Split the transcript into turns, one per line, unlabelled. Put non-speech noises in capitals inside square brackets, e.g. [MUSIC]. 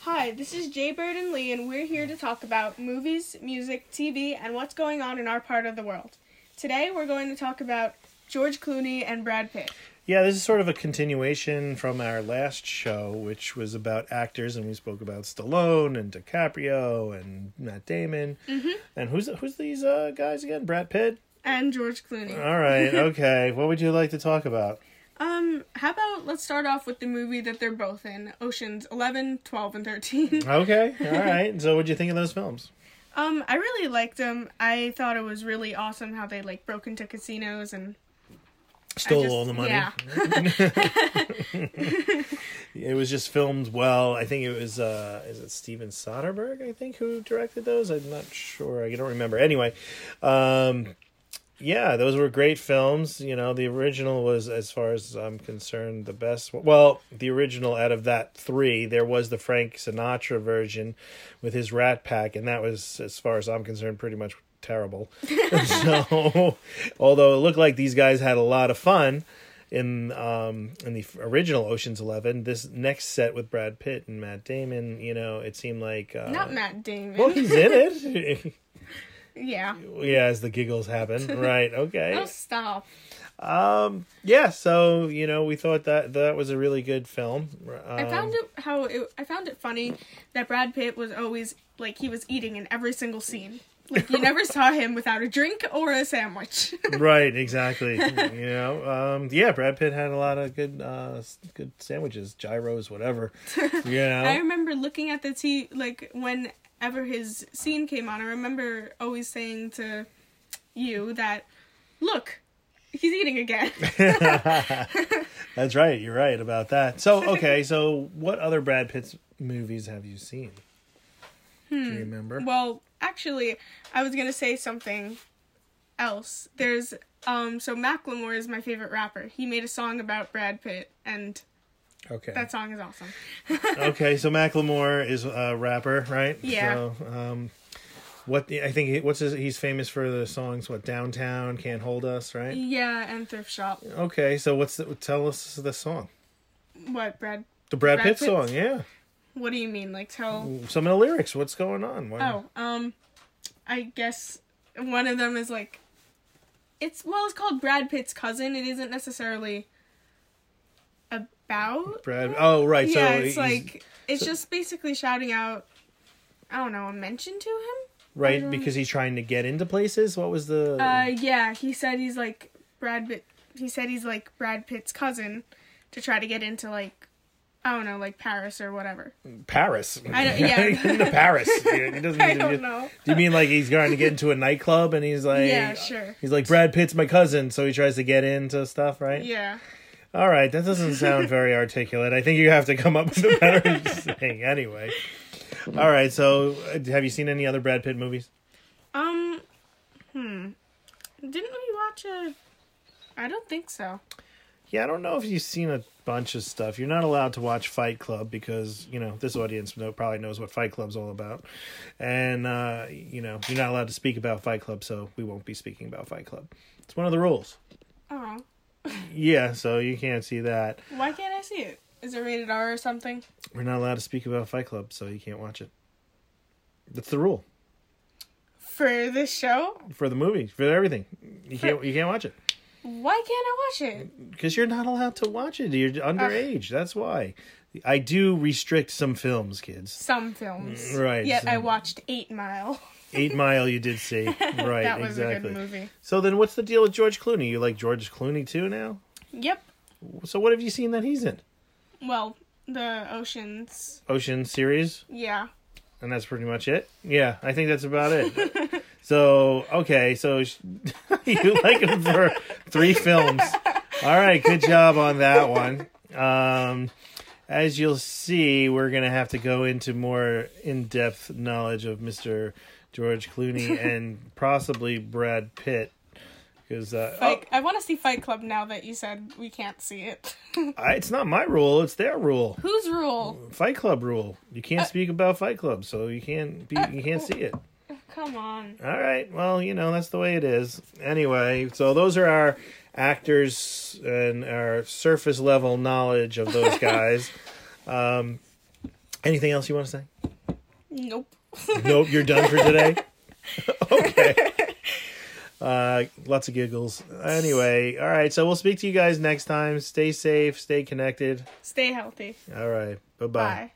Hi, this is Jay Bird and Lee, and we're here to talk about movies, music, TV, and what's going on in our part of the world. Today, we're going to talk about George Clooney and Brad Pitt.
Yeah, this is sort of a continuation from our last show, which was about actors, and we spoke about Stallone and DiCaprio and Matt Damon. Mm-hmm. And who's who's these uh, guys again? Brad Pitt.
And George Clooney. [LAUGHS]
All right, okay. what would you like to talk about?
Um, how about let's start off with the movie that they're both in Oceans 11, 12, and 13.
Okay, all right. so, what'd you think of those films?
[LAUGHS] Um, I really liked them. I thought it was really awesome how they like broke into casinos and
Stole
just-
all the money.
yeah.
it was just filmed well. I think it was uh is it Steven Soderbergh, I think, who directed those? I'm not sure. I don't remember. Anyway, um yeah, those were great films. You know, the original was, as far as I'm concerned, the best. one- Well, the original out of that three, there was the Frank Sinatra version with his Rat Pack, and that was, as far as I'm concerned, pretty much terrible. so, although it looked like these guys had a lot of fun in um in the original Ocean's Eleven, this next set with Brad Pitt and Matt Damon, you know, it seemed like uh,
Not Matt Damon.
well, he's in it. [LAUGHS]
yeah.
yeah, as the
[LAUGHS]
giggles happen, right? Okay.
Oh, stop.
Um. Yeah. So you know, we thought that that was a really good film. Um,
I found it how it, I found it funny that Brad Pitt was always like he was eating in every single scene. Like you never saw him without a drink or a sandwich. [LAUGHS]
right. Exactly. you know. Um. Yeah. Brad Pitt had a lot of good, uh, s- good sandwiches,
[LAUGHS]
gyros, whatever. You
I
know.
remember looking at the T like whenever his scene came on. I remember always saying to you that, "Look, he's eating again."
That's right. You're right about that. So
[LAUGHS]
okay. So what other Brad Pitt's movies have you seen? Do you remember?
Hmm. well, actually, I was gonna say something else. There's um so Macklemore is my favorite rapper. He made a song about Brad Pitt, and
okay.
that song is awesome.
okay. So Macklemore is a rapper, right?
Yeah.
So, um, what I think he- what's his, he's famous for the songs what Downtown Can't Hold Us, right?
Yeah, and thrift shop.
Okay, so what's the, tell us the song?
What Brad?
The Brad,
Brad
Pitt
Pitt.
song, yeah.
What do you mean? Like tell?
Some of the lyrics. What's going on? Why-
Oh, um, I guess one of them is like, it's well, it's called Brad Pitt's cousin. It isn't necessarily about.
Brad. Oh, right.
yeah,
so
it's
he's-
like it's just basically shouting out. I don't know a mention to him.
right because he's trying to get into places. What was the?
Uh, yeah, he said he's like Brad Pitt. He said he's like Brad Pitt's cousin, to try to get into like, I don't know, like Paris or whatever. [LAUGHS]
Paris.
I
[LAUGHS]
don't- yeah.
He's
[LAUGHS]
into Paris. He doesn't need
I
to
don't
get-
know.
Do you mean like he's trying to get into a nightclub and he's like?
Yeah, sure.
He's like Brad Pitt's my cousin, so he tries to get into stuff, right?
Yeah.
All right, that doesn't sound very articulate. I think you have to come up with a better thing anyway. All right, so uh, have you seen any other Brad Pitt movies?
Um, hmm. Didn't we watch a? I don't think so.
Yeah, I don't know if you've seen a bunch of stuff. You're not allowed to watch Fight Club because you know this audience know, probably knows what Fight Club's all about, and uh, you know you're not allowed to speak about Fight Club, so we won't be speaking about Fight Club. It's one of the rules.
Oh,
Yeah, so you can't see that.
why can't I see it? Is it rated R or something?
We're not allowed to speak about Fight Club, so you can't watch it. That's the rule
For this show,
for the movie, for everything. You can't you can't watch it
why can't I watch it?
because you're not allowed to watch it. You're underage. That's why. I do restrict some films, kids.
Some films,
Right,
Yet I
some-
watched Eight Mile. [LAUGHS]
Eight Mile, you did see, right?
that was
exactly.
a good movie.
So then, what's the deal with George Clooney? You like George Clooney too now?
Yep.
So what have you seen that he's in?
Well, the oceans.
Ocean series,
Yeah.
and that's pretty much it. Yeah, I think that's about it. so okay, so sh- [LAUGHS] you like him for three films. All right, good job on that one. Um, as you'll see, we're gonna have to go into more in-depth knowledge of Mr. George Clooney and possibly Brad Pitt. Because uh, oh,
Like I want to see Fight Club now that you said we can't see it. [LAUGHS]
I, it's not my rule; it's their rule.
Whose rule?
Fight Club rule. You can't speak about Fight Club, so you can't be, you can't see it.
Come on.
All right. Well, you know, that's the way it is. Anyway, so those are our actors and our surface level knowledge of those guys. um, Anything else you want to say?
Nope.
nope, you're done for today. [LAUGHS] okay. Uh, lots of giggles. Anyway, all right. So we'll speak to you guys next time. Stay safe. Stay connected.
Stay healthy.
All right. Bye-bye.
Bye.